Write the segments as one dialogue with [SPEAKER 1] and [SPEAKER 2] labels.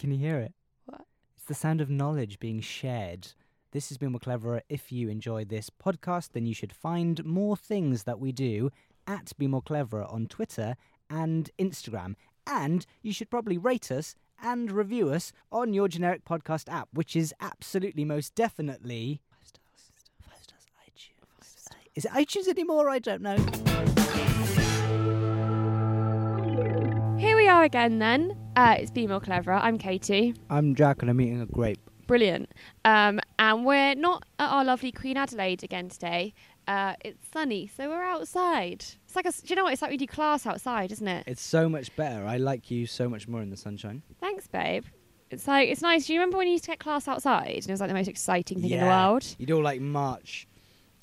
[SPEAKER 1] Can you hear it?
[SPEAKER 2] What?
[SPEAKER 1] It's the sound of knowledge being shared. This has been More Cleverer. If you enjoyed this podcast, then you should find more things that we do at Be More Cleverer on Twitter and Instagram. And you should probably rate us and review us on your generic podcast app, which is absolutely most definitely. Is it iTunes anymore? I don't know.
[SPEAKER 2] Here we are again then. Uh, it's Be More Cleverer. I'm Katie.
[SPEAKER 1] I'm Jack and I'm eating a grape.
[SPEAKER 2] Brilliant. Um, and we're not at our lovely Queen Adelaide again today. Uh, it's sunny, so we're outside. It's like, a, do you know what? It's like we do class outside, isn't it?
[SPEAKER 1] It's so much better. I like you so much more in the sunshine.
[SPEAKER 2] Thanks, babe. It's like, it's nice. Do you remember when you used to get class outside? And it was like the most exciting thing in the world.
[SPEAKER 1] You'd all like march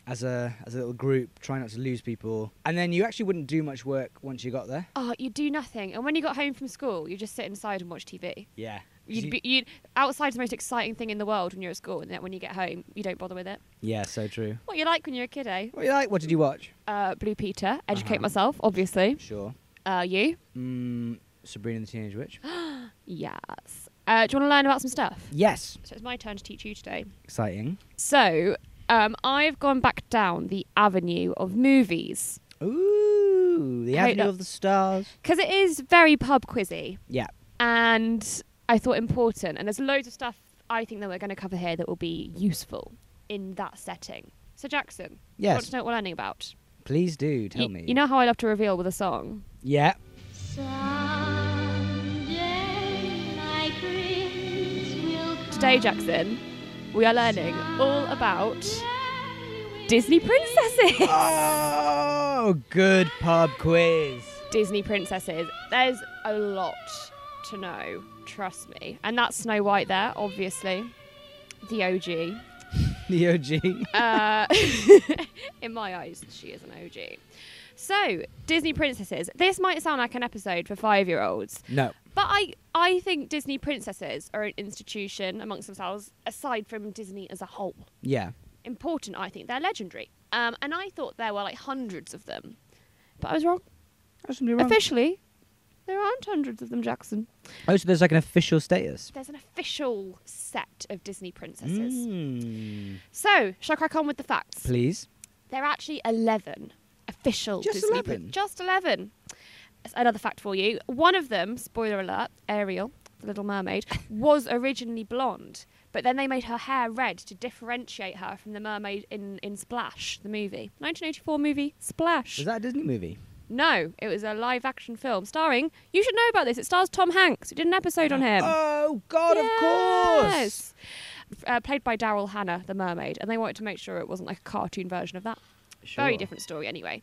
[SPEAKER 1] as a as a little group, try not to lose people, and then you actually wouldn't do much work once you got there.
[SPEAKER 2] Oh, you do nothing. And when you got home from school, you just sit inside and watch TV.
[SPEAKER 1] Yeah.
[SPEAKER 2] You'd be, you'd, outside's the most exciting thing in the world when you're at school, and then when you get home, you don't bother with it.
[SPEAKER 1] yeah, so true.
[SPEAKER 2] What you like when you're a kid, eh?
[SPEAKER 1] What you like? What did you watch?
[SPEAKER 2] Uh, Blue Peter, Educate
[SPEAKER 1] Uh-huh.
[SPEAKER 2] Myself, obviously.
[SPEAKER 1] Sure.
[SPEAKER 2] Uh, you?
[SPEAKER 1] Mm, Sabrina the Teenage Witch.
[SPEAKER 2] Yes. Uh, do you want to learn about some stuff?
[SPEAKER 1] yes.
[SPEAKER 2] So it's my turn to teach you today.
[SPEAKER 1] Exciting.
[SPEAKER 2] So um, I've gone back down the avenue of movies
[SPEAKER 1] Ooh, the
[SPEAKER 2] I hope
[SPEAKER 1] Avenue
[SPEAKER 2] that-
[SPEAKER 1] of the Stars.
[SPEAKER 2] because it is very pub quizzy
[SPEAKER 1] uh Yeah.
[SPEAKER 2] and I thought important. And there's loads of stuff I think that we're going to cover here that will be useful in that setting. So Jackson, I want
[SPEAKER 1] Yes.
[SPEAKER 2] to know what we're learning about.
[SPEAKER 1] Please do tell
[SPEAKER 2] You-
[SPEAKER 1] me.
[SPEAKER 2] You know how I love to reveal with a song.
[SPEAKER 1] Yeah.
[SPEAKER 2] Today, Jackson, we are learning all about Disney princesses.
[SPEAKER 1] Oh, good pub quiz.
[SPEAKER 2] Disney princesses. There's a lot to know, trust me. And that's Snow White there, obviously. The OG.
[SPEAKER 1] The OG.
[SPEAKER 2] Uh, in my eyes, she is an OG. So, Disney princesses. This might sound like an episode for five year olds,
[SPEAKER 1] no.
[SPEAKER 2] but I, I think Disney princesses are an institution amongst themselves, aside from Disney as a whole.
[SPEAKER 1] Yeah.
[SPEAKER 2] Important, I think. They're legendary. Um, and I thought there were like hundreds of them, but I was wrong.
[SPEAKER 1] That's gonna be wrong.
[SPEAKER 2] Officially, there aren't hundreds of them, Jackson.
[SPEAKER 1] Oh, so there's like an official status.
[SPEAKER 2] There's an official set of Disney princesses.
[SPEAKER 1] Mm.
[SPEAKER 2] So, shall I crack on with the facts?
[SPEAKER 1] Please.
[SPEAKER 2] There are actually 11 official
[SPEAKER 1] Just
[SPEAKER 2] Disney
[SPEAKER 1] 11?
[SPEAKER 2] just 11. That's Another fact for you. One of them, spoiler alert, Ariel, the Little Mermaid, was originally blonde, but then they made her hair red to differentiate her from the mermaid in, in Splash, the movie. 1984 movie Splash.
[SPEAKER 1] Was that a Disney movie?
[SPEAKER 2] No, it was a live action film starring, you should know about this, it stars Tom Hanks. It did an episode on him.
[SPEAKER 1] Oh God,
[SPEAKER 2] Yes. F- Uh, played by Daryl Hannah, the mermaid, and they wanted to make sure it wasn't like a cartoon version of that. Very
[SPEAKER 1] Sure.
[SPEAKER 2] different story, anyway.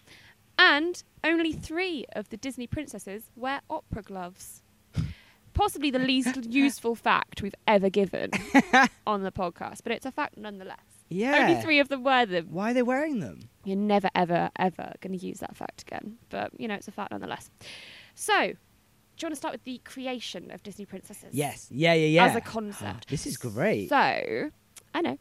[SPEAKER 2] And only three of the Disney princesses wear opera gloves. Possibly the least useful fact we've ever given on the podcast, but it's a fact nonetheless.
[SPEAKER 1] Yeah.
[SPEAKER 2] Only three of them wear them.
[SPEAKER 1] Why are they wearing them?
[SPEAKER 2] You're never, ever, ever going to use that fact again, but you know, it's a fact nonetheless. So, do you want to start with the creation of Disney princesses?
[SPEAKER 1] Yes. Yeah, yeah, yeah.
[SPEAKER 2] As a concept.
[SPEAKER 1] This is great.
[SPEAKER 2] So, I know.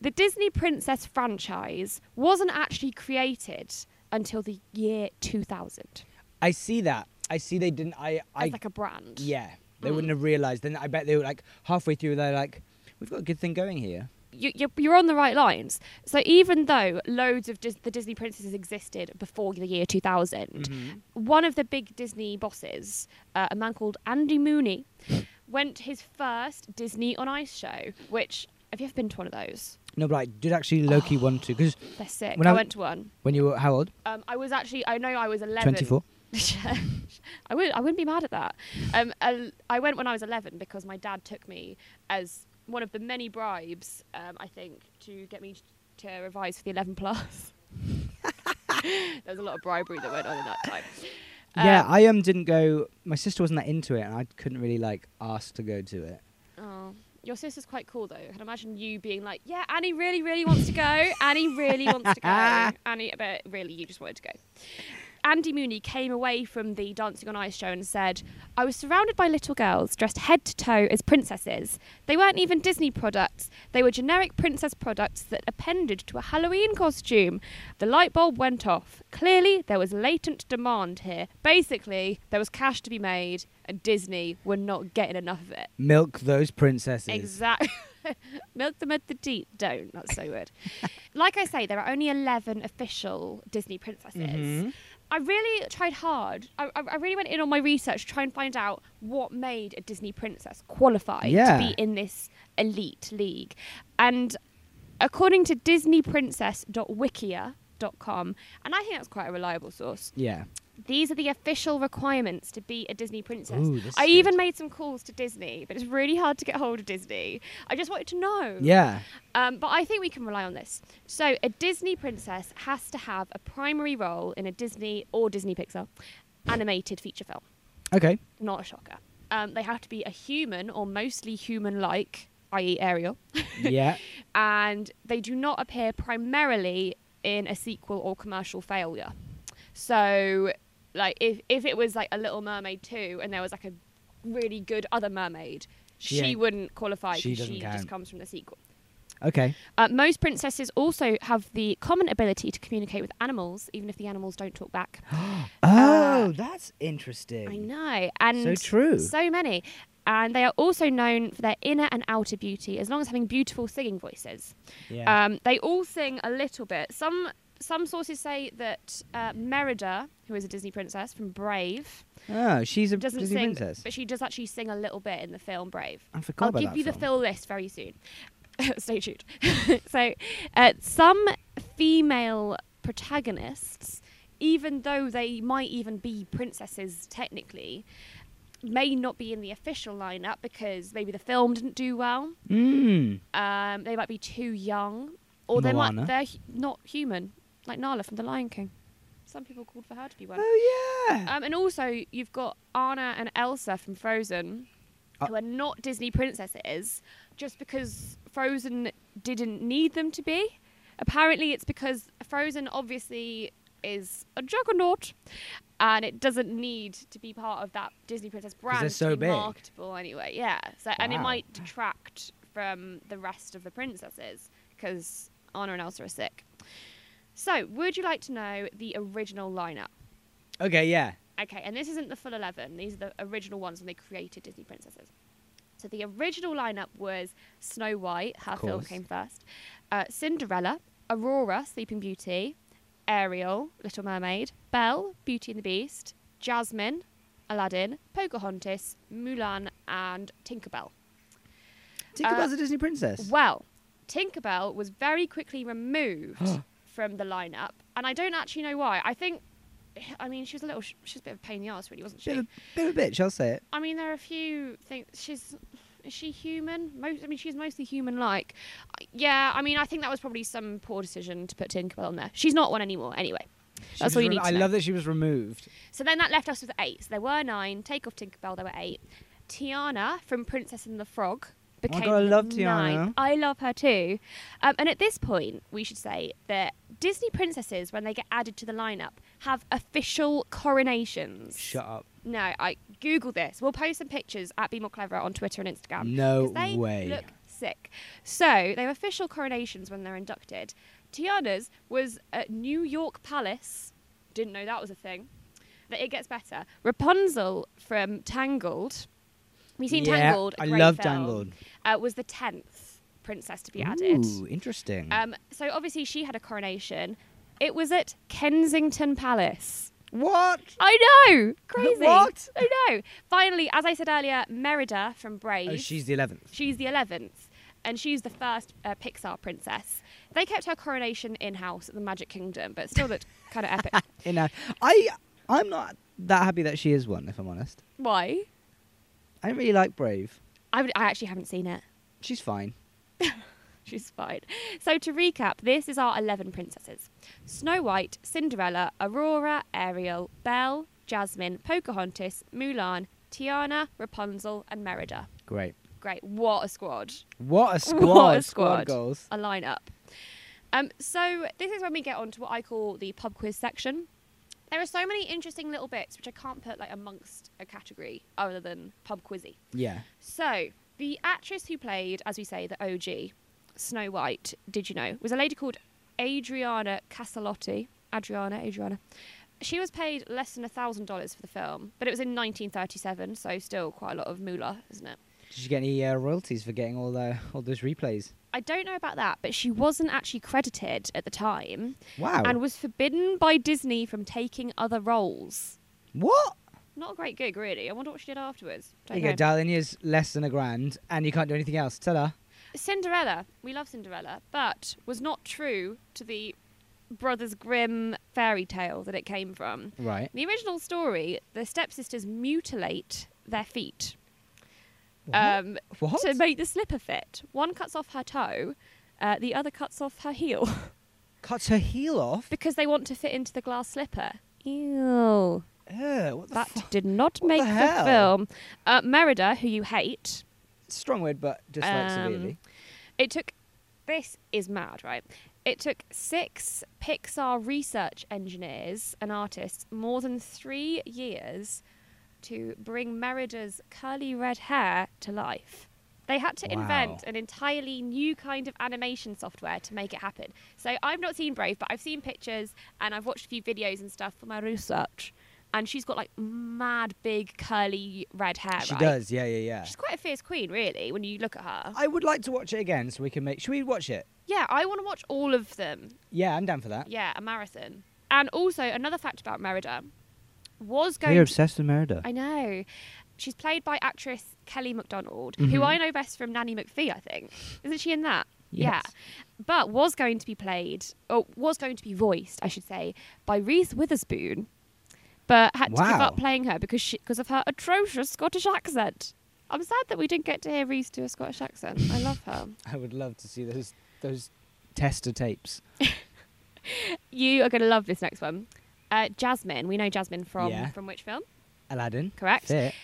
[SPEAKER 2] The Disney Princess franchise wasn't actually created until the year 2000
[SPEAKER 1] I see that. I see they didn't. I. I.
[SPEAKER 2] as like a Mm. brand.
[SPEAKER 1] yeah. They wouldn't have realised. Then I bet they were like halfway through. They're like, we've got a good thing going here.
[SPEAKER 2] you, you're, you're on the right lines. So even though loads of Dis- the Disney princesses existed before the year 2000,
[SPEAKER 1] Mm-hmm.
[SPEAKER 2] one of the big Disney bosses, uh, a man called Andy Mooney, went to his first Disney on Ice show, which have you ever been to one of those?
[SPEAKER 1] No, but I did actually
[SPEAKER 2] Oh.
[SPEAKER 1] Loki want to because
[SPEAKER 2] They're sick.
[SPEAKER 1] When
[SPEAKER 2] I
[SPEAKER 1] I-
[SPEAKER 2] went to one.
[SPEAKER 1] when you were how old?
[SPEAKER 2] Um, I was actually, I know I was 11.
[SPEAKER 1] Twenty four.
[SPEAKER 2] I would I wouldn't be mad at that. Um, I, I went when I was 11 because my dad took me as one of the many bribes, um, I think, to get me to revise for the 11 plus. there was a lot of bribery that went on in that time. Uh,
[SPEAKER 1] yeah, I um didn't go. My sister wasn't that into it, and I couldn't really like ask to go to it.
[SPEAKER 2] Oh, your sister's quite cool though. I can imagine you being like, "Yeah, Annie really, really wants to go. Annie really wants to go. Annie, but really, you just wanted to go." Andy Mooney came away from the Dancing on Ice show and said, "I was surrounded by little girls dressed head to toe as princesses. They weren't even Disney products. They were generic princess products that appended to a Halloween costume." The light bulb went off. Clearly, there was latent demand here. Basically, there was cash to be made, and Disney were not getting enough of it.
[SPEAKER 1] Milk those princesses.
[SPEAKER 2] Exactly. Milk them at the deep. Don't. That's so weird. like I say, there are only 11 official Disney princesses. I really tried hard. I, I I really went in on my research to try and find out what made a Disney princess qualify
[SPEAKER 1] Yeah.
[SPEAKER 2] to be in this elite league. And according to disneyprincess.wikia.com, and I think that's quite a reliable source,
[SPEAKER 1] Yeah.
[SPEAKER 2] these are the official requirements to be a Disney princess.
[SPEAKER 1] Ooh, this is
[SPEAKER 2] I
[SPEAKER 1] good.
[SPEAKER 2] even made some calls to Disney, but it's really hard to get hold of Disney. I just wanted to know.
[SPEAKER 1] Yeah.
[SPEAKER 2] Um, but I think we can rely on this. So, a Disney princess has to have a primary role in a Disney or Disney Pixar animated feature film.
[SPEAKER 1] Okay.
[SPEAKER 2] Not a shocker. Um, they have to be a human or mostly human like, i.e., Ariel.
[SPEAKER 1] Yeah.
[SPEAKER 2] and they do not appear primarily in a sequel or commercial failure. So, like, if, if it was like a Little Mermaid 2 and there was like a really good other mermaid,
[SPEAKER 1] She
[SPEAKER 2] she
[SPEAKER 1] ain't-
[SPEAKER 2] wouldn't qualify
[SPEAKER 1] she
[SPEAKER 2] because
[SPEAKER 1] doesn't
[SPEAKER 2] she just
[SPEAKER 1] count.
[SPEAKER 2] comes from the sequel.
[SPEAKER 1] Okay.
[SPEAKER 2] Uh, most princesses also have the common ability to communicate with animals, even if the animals don't talk back.
[SPEAKER 1] Oh, that's interesting.
[SPEAKER 2] Uh, I know, and
[SPEAKER 1] true.
[SPEAKER 2] so many, and they are also known for their inner and outer beauty, as long as having beautiful singing voices.
[SPEAKER 1] Yeah.
[SPEAKER 2] Um, they all sing a little bit. Some some sources say that uh, Merida, who is a Disney princess from Brave,
[SPEAKER 1] oh, she's a
[SPEAKER 2] doesn't
[SPEAKER 1] Disney
[SPEAKER 2] sing,
[SPEAKER 1] princess.
[SPEAKER 2] but she does actually sing a little bit in the film Brave.
[SPEAKER 1] I forgot
[SPEAKER 2] I'll
[SPEAKER 1] about
[SPEAKER 2] give
[SPEAKER 1] that
[SPEAKER 2] you the
[SPEAKER 1] film.
[SPEAKER 2] fill list very soon. Stay tuned. so, uh, some female protagonists, even though they might even be princesses technically, may not be in the official lineup because maybe the film didn't do well.
[SPEAKER 1] Mm.
[SPEAKER 2] Um, they might be too young, or they might
[SPEAKER 1] Moana.
[SPEAKER 2] they're hu- not human, like Nala from The Lion King. Some people called for her to be one.
[SPEAKER 1] Oh yeah.
[SPEAKER 2] Um, and also, you've got Anna and Elsa from Frozen,
[SPEAKER 1] Uh
[SPEAKER 2] who are not Disney princesses, just because Frozen didn't need them to be. Apparently, it's because Frozen obviously is a juggernaut, and it doesn't need to be part of that Disney princess brand.
[SPEAKER 1] they're so
[SPEAKER 2] to be
[SPEAKER 1] big.
[SPEAKER 2] marketable anyway. Yeah. So and it
[SPEAKER 1] Wow.
[SPEAKER 2] might detract from the rest of the princesses because Anna and Elsa are sick. So, would you like to know the original lineup? Uh,
[SPEAKER 1] okay. Yeah.
[SPEAKER 2] Okay, and this isn't the full 11. These are the original ones when they created Disney princesses. So the original lineup was Snow White, her film
[SPEAKER 1] course.
[SPEAKER 2] came first, uh, Cinderella, Aurora, Sleeping Beauty, Ariel, Little Mermaid, Belle, Beauty and the Beast, Jasmine, Aladdin, Pocahontas, Mulan, and Tinkerbell. uh,
[SPEAKER 1] Tinkerbell's a Disney princess.
[SPEAKER 2] Well, Tinkerbell was very quickly removed from the lineup, and I don't actually know why. I think, I mean, she was a little, she was a bit of a pain in the ass, really, wasn't she?
[SPEAKER 1] Bit of, a- bit of a bitch. I'll say it.
[SPEAKER 2] I mean, there are a few things. She's is she human? Most, I mean, she's mostly human-like. I- Yeah, I mean, I think that was probably some poor decision to put Tinkerbell on there. She's not one anymore, anyway.
[SPEAKER 1] She
[SPEAKER 2] That's
[SPEAKER 1] was
[SPEAKER 2] all you
[SPEAKER 1] re-
[SPEAKER 2] need to
[SPEAKER 1] I
[SPEAKER 2] know.
[SPEAKER 1] love that she was removed.
[SPEAKER 2] So then that left us with eight. So there were nine. Take off Tinkerbell, there were eight. Tiana from Princess and the Frog became
[SPEAKER 1] Oh God, I love
[SPEAKER 2] ninth.
[SPEAKER 1] Tiana.
[SPEAKER 2] I love her too. Um, and at this point, we should say that Disney princesses, when they get added to the lineup, have official coronations.
[SPEAKER 1] Shut up.
[SPEAKER 2] No, I Google this. We'll post some pictures at Be More Clever on Twitter and Instagram.
[SPEAKER 1] No
[SPEAKER 2] 'cause they
[SPEAKER 1] way.
[SPEAKER 2] Look sick. So they have official coronations when they're inducted. Tiana's was at New York Palace. Didn't know that was a thing. But it gets better. Rapunzel from Tangled. Have you seen
[SPEAKER 1] Yeah,
[SPEAKER 2] Tangled? A
[SPEAKER 1] I
[SPEAKER 2] great
[SPEAKER 1] love
[SPEAKER 2] film.
[SPEAKER 1] Tangled.
[SPEAKER 2] Uh, was the tenth. princess to be added.
[SPEAKER 1] Ooh, interesting.
[SPEAKER 2] Um, so obviously she had a coronation. It was at Kensington Palace.
[SPEAKER 1] what?
[SPEAKER 2] I know, crazy.
[SPEAKER 1] What?
[SPEAKER 2] I know. Finally, as I said earlier, Merida from Brave.
[SPEAKER 1] Oh, she's the 11th.
[SPEAKER 2] She's the 11th, and she's the first uh, Pixar princess. They kept her coronation in house at the Magic Kingdom, but it still looked kind of epic.
[SPEAKER 1] You know, I I'm not that happy that she is one. If I'm honest,
[SPEAKER 2] Why?
[SPEAKER 1] I don't really like Brave.
[SPEAKER 2] I, would, I actually haven't seen it.
[SPEAKER 1] She's fine.
[SPEAKER 2] She's fine. So to recap, this is our 11 princesses Snow White, Cinderella, Aurora, Ariel, Belle, Jasmine, Pocahontas, Mulan, Tiana, Rapunzel, and Merida.
[SPEAKER 1] Great.
[SPEAKER 2] Great. What a squad.
[SPEAKER 1] What a squad!
[SPEAKER 2] What a
[SPEAKER 1] squad
[SPEAKER 2] squad. Uh,
[SPEAKER 1] goals.
[SPEAKER 2] A lineup. Um, so this is when we get on to what I call the pub quiz section. There are so many interesting little bits which I can't put like amongst a category other than pub quizzy.
[SPEAKER 1] Yeah.
[SPEAKER 2] So, the actress who played, as we say, the OG, Snow White, did you know, was a lady called Adriana Caselotti. Adriana, Adriana. She was paid less than $1,000 for the film, but it was in 1937, so still quite a lot of moolah, isn't it?
[SPEAKER 1] Did she get any uh, royalties for getting all the all those replays?
[SPEAKER 2] I don't know about that, but she wasn't actually credited at the time
[SPEAKER 1] Wow.
[SPEAKER 2] and was forbidden by Disney from taking other roles.
[SPEAKER 1] what?
[SPEAKER 2] Not a great gig, really. I wonder what she did afterwards.
[SPEAKER 1] There
[SPEAKER 2] Don't
[SPEAKER 1] you go,
[SPEAKER 2] know.
[SPEAKER 1] darling. Here's less than a grand, and you can't do anything else. Tell her.
[SPEAKER 2] Cinderella, we love Cinderella, but was not true to the Brothers Grimm fairy tale that it came from.
[SPEAKER 1] Right.
[SPEAKER 2] The original story, the stepsisters mutilate their feet um,
[SPEAKER 1] What?
[SPEAKER 2] to make the slipper fit. One cuts off her toe, uh, the other cuts off her heel
[SPEAKER 1] Cuts her heel off.
[SPEAKER 2] because they want to fit into the glass slipper. Ew.
[SPEAKER 1] Ugh, what the
[SPEAKER 2] That
[SPEAKER 1] fu-
[SPEAKER 2] did not
[SPEAKER 1] What
[SPEAKER 2] make
[SPEAKER 1] the
[SPEAKER 2] the,
[SPEAKER 1] hell?
[SPEAKER 2] film. Uh, Merida, who you hate,
[SPEAKER 1] Strong word, but just like
[SPEAKER 2] Um,
[SPEAKER 1] severely.
[SPEAKER 2] It took. This is mad, right? It took six Pixar research engineers and artists more than three years to bring Merida's curly red hair to life. They had to
[SPEAKER 1] Wow.
[SPEAKER 2] invent an entirely new kind of animation software to make it happen. So I've not seen Brave, but I've seen pictures and I've watched a few videos and stuff for my research. And she's got like mad big curly red hair.
[SPEAKER 1] She
[SPEAKER 2] right?
[SPEAKER 1] does. Yeah, yeah, yeah.
[SPEAKER 2] She's quite a fierce queen, really, when you look at her.
[SPEAKER 1] I would like to watch it again, so we can make. Should we watch it?
[SPEAKER 2] Yeah, I want to watch all of them.
[SPEAKER 1] Yeah, I'm down for that.
[SPEAKER 2] Yeah, a marathon. And also another fact about Merida was going.
[SPEAKER 1] You're
[SPEAKER 2] to-
[SPEAKER 1] obsessed with Merida.
[SPEAKER 2] I know. She's played by actress Kelly MacDonald, who
[SPEAKER 1] Mm-hmm.
[SPEAKER 2] I know best from Nanny McPhee, I think. Isn't she in that? Yeah.
[SPEAKER 1] Yes.
[SPEAKER 2] But was going to be played, or was going to be voiced, I should say, by Reese Witherspoon, but had to give
[SPEAKER 1] Wow.
[SPEAKER 2] up playing her because she, because of her atrocious Scottish accent. I'm sad that we didn't get to hear Reese do a Scottish accent. I love her.
[SPEAKER 1] I would love to see those those tester tapes.
[SPEAKER 2] You are going to love this next one. Uh, Jasmine, we know Jasmine from
[SPEAKER 1] Yeah.
[SPEAKER 2] from which film?
[SPEAKER 1] Aladdin.
[SPEAKER 2] Correct.
[SPEAKER 1] Fit.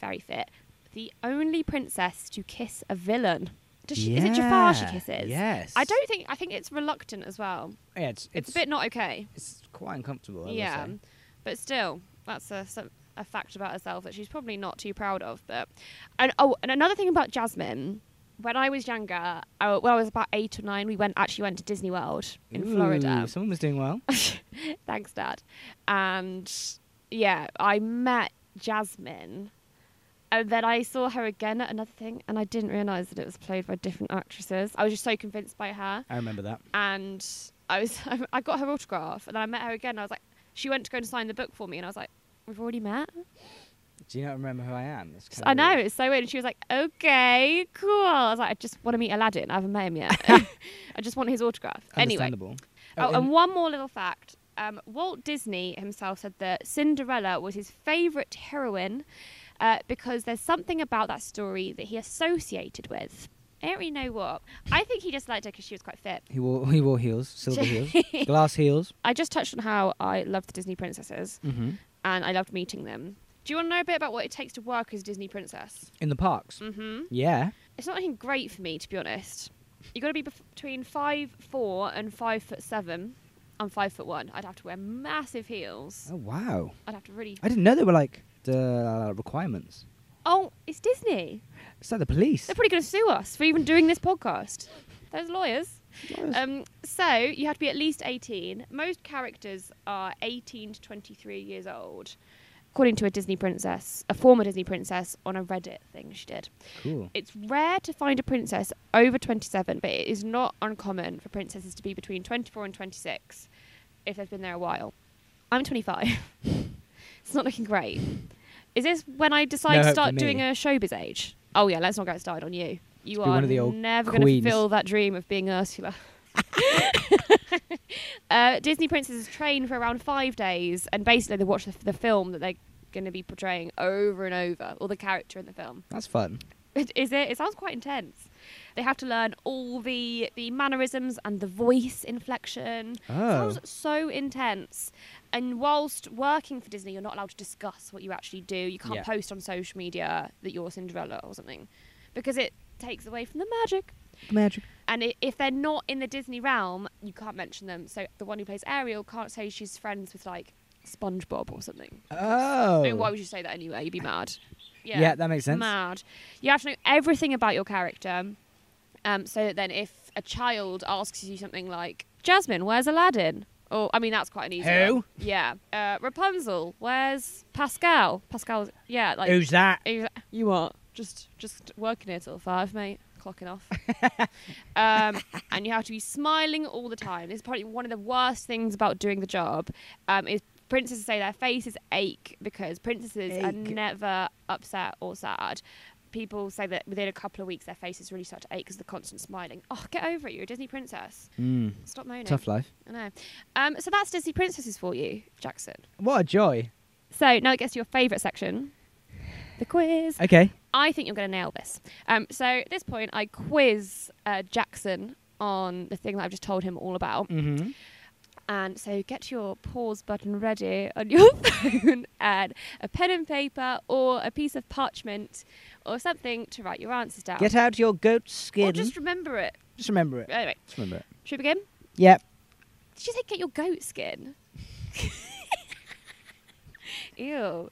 [SPEAKER 2] Very fit. The only princess to kiss a villain. Does she? Is it Jafar she
[SPEAKER 1] Yeah,
[SPEAKER 2] kisses?
[SPEAKER 1] yes.
[SPEAKER 2] I don't think. I think it's reluctant as well.
[SPEAKER 1] Yeah, it's,
[SPEAKER 2] It's, a bit not okay.
[SPEAKER 1] It's quite uncomfortable. I will
[SPEAKER 2] Yeah,
[SPEAKER 1] say.
[SPEAKER 2] but still, that's a some- a fact about herself that she's probably not too proud of. But and oh, and another thing about Jasmine. When I was younger, uh, when I was about eight or nine, we went actually went to Disney World in Florida.
[SPEAKER 1] Ooh, Someone was doing well.
[SPEAKER 2] Thanks, Dad. And yeah, I met Jasmine. And then I saw her again at another thing, and I didn't realise that it was played by different actresses. I was just so convinced by her.
[SPEAKER 1] I remember that.
[SPEAKER 2] And I was, I got her autograph, and then I met her again. I was like, she went to go and sign the book for me, and I was like, we've already met.
[SPEAKER 1] Do you not remember who I am? It's kinda
[SPEAKER 2] I know
[SPEAKER 1] weird.
[SPEAKER 2] it's so weird. And she was like, okay, cool. I was like, I just want to meet Aladdin. I haven't met him yet. I just want his autograph. Anyway,
[SPEAKER 1] Understandable.
[SPEAKER 2] Oh,
[SPEAKER 1] and
[SPEAKER 2] and one more little fact. Um, Walt Disney himself said that Cinderella was his favourite heroine uh, because there's something about that story that he associated with. I don't really know what. I think he just liked her because she was quite fit.
[SPEAKER 1] he wore he wore heels, silver heels, glass heels.
[SPEAKER 2] I just touched on how I loved the Disney princesses
[SPEAKER 1] Mm-hmm.
[SPEAKER 2] and I loved meeting them. Do you want to know a bit about what it takes to work as a Disney princess?
[SPEAKER 1] In the parks.
[SPEAKER 2] Mm-hmm.
[SPEAKER 1] Yeah.
[SPEAKER 2] It's not anything great for me, to be honest. You've got to be bef- between five four and five foot seven. I'm five foot one. I'd have to wear massive heels.
[SPEAKER 1] Oh wow!
[SPEAKER 2] I'd have to really
[SPEAKER 1] I didn't know they were like the uh, requirements.
[SPEAKER 2] Oh, it's Disney.
[SPEAKER 1] It's like the police.
[SPEAKER 2] They're probably going to sue us for even doing this podcast. Those lawyers. Um, so you have to be at least 18. Most characters are 18 to 23 years old. according to a Disney princess, a former Disney princess on a Reddit thing she did.
[SPEAKER 1] Cool.
[SPEAKER 2] It's rare to find a princess over 27, but it is not uncommon for princesses to be between 24 and 26 if they've been there a while. I'm 25. it's not looking great. Is this when I decide
[SPEAKER 1] No
[SPEAKER 2] to
[SPEAKER 1] hope for
[SPEAKER 2] start doing
[SPEAKER 1] me.
[SPEAKER 2] a showbiz age? Oh, yeah, let's not get started on you. You
[SPEAKER 1] be
[SPEAKER 2] are
[SPEAKER 1] one of the old
[SPEAKER 2] never going to
[SPEAKER 1] queens.
[SPEAKER 2] fill that dream of being Ursula. uh, Disney princesses train for around five days, and basically they watch the, the film that they're going to be portraying over and over, or the character in the film.
[SPEAKER 1] That's fun.
[SPEAKER 2] It- Is it? It sounds quite intense. They have to learn all the the mannerisms and the voice inflection.
[SPEAKER 1] Oh.
[SPEAKER 2] Sounds so intense. And whilst working for Disney, you're not allowed to discuss what you actually do. You can't
[SPEAKER 1] Yeah.
[SPEAKER 2] post on social media that you're Cinderella or something, because it takes away from the magic.
[SPEAKER 1] Magic.
[SPEAKER 2] And i if they're not in the Disney realm, you can't mention them. So the one who plays Ariel can't say she's friends with like SpongeBob or something.
[SPEAKER 1] Oh.
[SPEAKER 2] I mean, why would you say that anyway? You'd be mad. Yeah,
[SPEAKER 1] Yeah, that makes sense.
[SPEAKER 2] Mad. You have to know everything about your character, um, so that then if a child asks you something like, "Jasmine, where's Aladdin?" or I mean, that's quite an easy.
[SPEAKER 1] Who?
[SPEAKER 2] one. Yeah. Uh, Rapunzel, where's Pascal? Pascal. Yeah. Like.
[SPEAKER 1] Who's that?
[SPEAKER 2] who's- you are just just working here till five, mate. Clocking off. um, and you have to be smiling all the time. This is probably one of the worst things about doing the job. Um, is princesses say their faces ache because princesses are
[SPEAKER 1] Ache.
[SPEAKER 2] never upset or sad. People say that within a couple of weeks their faces really start to ache because of the constant smiling. Oh, get over it! You're a Disney princess. Stop moaning.
[SPEAKER 1] Hmm. Tough life.
[SPEAKER 2] I know. Um, so that's Disney princesses for you, Jackson.
[SPEAKER 1] What a joy.
[SPEAKER 2] So now it gets to your favourite section, the quiz.
[SPEAKER 1] Okay.
[SPEAKER 2] I think you're going to nail this. Um, so at this point, I quiz uh, Jackson on the thing that I've just told him all about.
[SPEAKER 1] Mm-hmm.
[SPEAKER 2] And so get your pause button ready on your phone and a pen and paper or a piece of parchment or something to write your answers down.
[SPEAKER 1] Get out your goat skin.
[SPEAKER 2] Or just Uh, remember it.
[SPEAKER 1] Just remember it.
[SPEAKER 2] Anyway,
[SPEAKER 1] Just remember it.
[SPEAKER 2] should we begin?
[SPEAKER 1] Yep.
[SPEAKER 2] Did you say get your goat skin? Ew.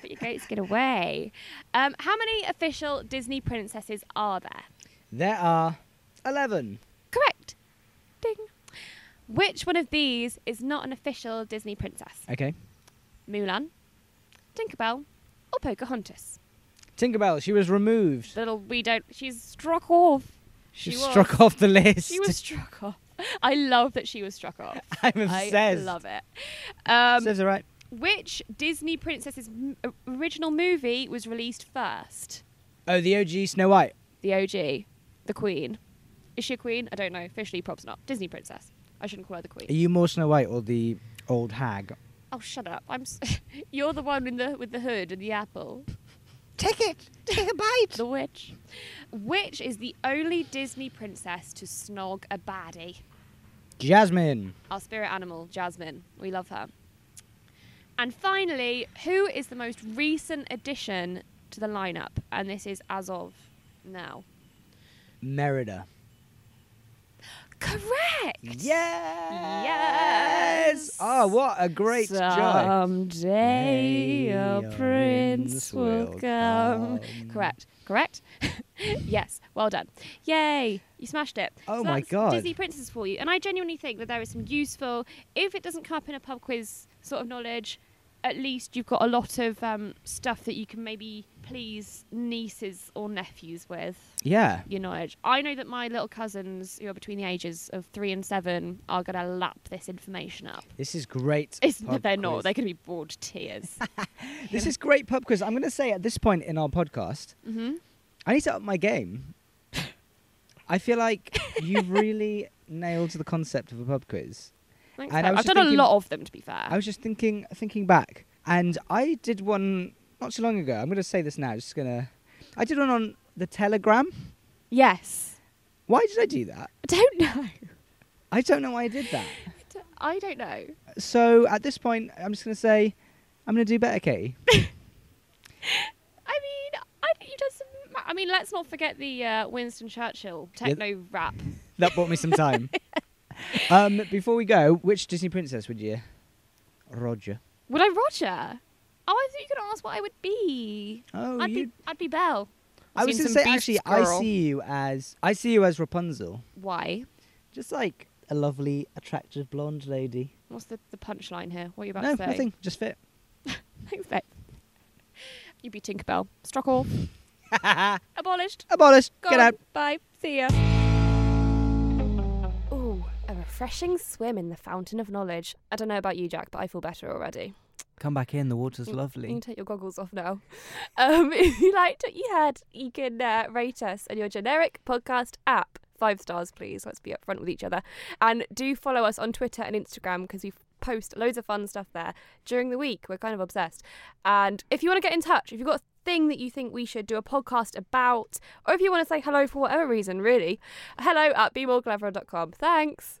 [SPEAKER 2] Put your goat skin away. Um, how many official Disney princesses are there?
[SPEAKER 1] There are 11.
[SPEAKER 2] Correct. Ding. Which one of these is not an official Disney princess?
[SPEAKER 1] Okay.
[SPEAKER 2] Mulan, Tinkerbell, or Pocahontas?
[SPEAKER 1] Tinkerbell, she was removed.
[SPEAKER 2] Little we don't. She's struck off.
[SPEAKER 1] She,
[SPEAKER 2] She was.
[SPEAKER 1] struck off the list.
[SPEAKER 2] She was struck off. I love that she was struck off.
[SPEAKER 1] I'm obsessed.
[SPEAKER 2] I love it. Um,
[SPEAKER 1] Serves her right.
[SPEAKER 2] which Disney princess's m- uh, original movie was released first?
[SPEAKER 1] Oh, the OG Snow White.
[SPEAKER 2] The OG, the Queen. Is she a queen? I don't know. Officially, props not. Disney princess. I shouldn't call her the queen.
[SPEAKER 1] Are you more Snow White or the old hag?
[SPEAKER 2] Oh, shut up! I'm. S- You're the one in the with the hood and the apple.
[SPEAKER 1] Take it. Take a bite.
[SPEAKER 2] The witch. Which is the only Disney princess to snog a baddie?
[SPEAKER 1] Jasmine.
[SPEAKER 2] Our spirit animal, Jasmine. We love her. And finally, who is the most recent addition to the lineup? And this is as of now.
[SPEAKER 1] Merida.
[SPEAKER 2] Correct.
[SPEAKER 1] Yes.
[SPEAKER 2] Yes. um,
[SPEAKER 1] Oh, what a great joy.
[SPEAKER 2] Someday a prince will come. Correct. Correct. yes. Well done. Yay! You smashed it.
[SPEAKER 1] Oh
[SPEAKER 2] So
[SPEAKER 1] my
[SPEAKER 2] that's
[SPEAKER 1] God.
[SPEAKER 2] Disney princesses for you, and I genuinely think that there is some useful, if it doesn't come up in a pub quiz sort of knowledge, at least you've got a lot of um, stuff that you can maybe please nieces or nephews with
[SPEAKER 1] Yeah.
[SPEAKER 2] your knowledge. I know that my little cousins, who are between the ages of three and seven, are going to lap this information up.
[SPEAKER 1] This is great.
[SPEAKER 2] It's,
[SPEAKER 1] pub
[SPEAKER 2] they're not.
[SPEAKER 1] quiz.
[SPEAKER 2] They're going to be bored to tears.
[SPEAKER 1] This is great pub quiz. I'm going to say at this point in our podcast,
[SPEAKER 2] Mm-hmm.
[SPEAKER 1] I need to up my game. I feel like you've really nailed the concept of a pub quiz.
[SPEAKER 2] Thanks,
[SPEAKER 1] And I
[SPEAKER 2] Pam.
[SPEAKER 1] was
[SPEAKER 2] I've
[SPEAKER 1] just
[SPEAKER 2] done a
[SPEAKER 1] thinking-
[SPEAKER 2] lot of them, to be fair.
[SPEAKER 1] I was just thinking, thinking back, and I did one not so long ago. I'm going to say this now. Just going to, I did one on the Telegram.
[SPEAKER 2] yes.
[SPEAKER 1] Why did I do that?
[SPEAKER 2] I don't know.
[SPEAKER 1] I don't know why I did that.
[SPEAKER 2] I don't know.
[SPEAKER 1] So at this point, I'm just going to say, I'm going to do better, Katie.
[SPEAKER 2] I mean, I think you done some. ma- I mean, let's not forget the uh, Winston Churchill techno rap.
[SPEAKER 1] that bought me some time. um, before we go, which Disney princess would you? Roger.
[SPEAKER 2] Would I Roger? Oh, I thought you could ask what I would be.
[SPEAKER 1] Oh,
[SPEAKER 2] I'd
[SPEAKER 1] you.
[SPEAKER 2] be I'd be Belle.
[SPEAKER 1] I was
[SPEAKER 2] seen
[SPEAKER 1] going to
[SPEAKER 2] some
[SPEAKER 1] say actually,
[SPEAKER 2] Beast
[SPEAKER 1] I
[SPEAKER 2] Girl.
[SPEAKER 1] see you as I see you as Rapunzel,
[SPEAKER 2] Why?
[SPEAKER 1] just like a lovely, attractive blonde lady.
[SPEAKER 2] What's the, the punchline here? What are you about
[SPEAKER 1] no,
[SPEAKER 2] to say?
[SPEAKER 1] nothing. Just fit.
[SPEAKER 2] Thanks, babe.
[SPEAKER 3] You'd be Tinkerbell. Struck off. Abolished.
[SPEAKER 1] Abolished.
[SPEAKER 3] Gone.
[SPEAKER 1] Get out.
[SPEAKER 3] Bye. See ya.
[SPEAKER 2] Ooh, a refreshing swim in the fountain of knowledge. I don't know about you, Jack, but I feel better already.
[SPEAKER 1] Come back in. The water's
[SPEAKER 2] You
[SPEAKER 1] lovely.
[SPEAKER 2] can take your goggles off now. Um, if you liked what you heard, you can uh, rate us on your generic podcast app. Five stars, please. Let's be upfront with each other. And do follow us on Twitter and Instagram because we post loads of fun stuff there during the week. We're kind of obsessed. And if you want to get in touch, if you've got a thing that you think we should do a podcast about, or if you want to say hello for whatever reason, really, hello at bemoreglever.com. Thanks.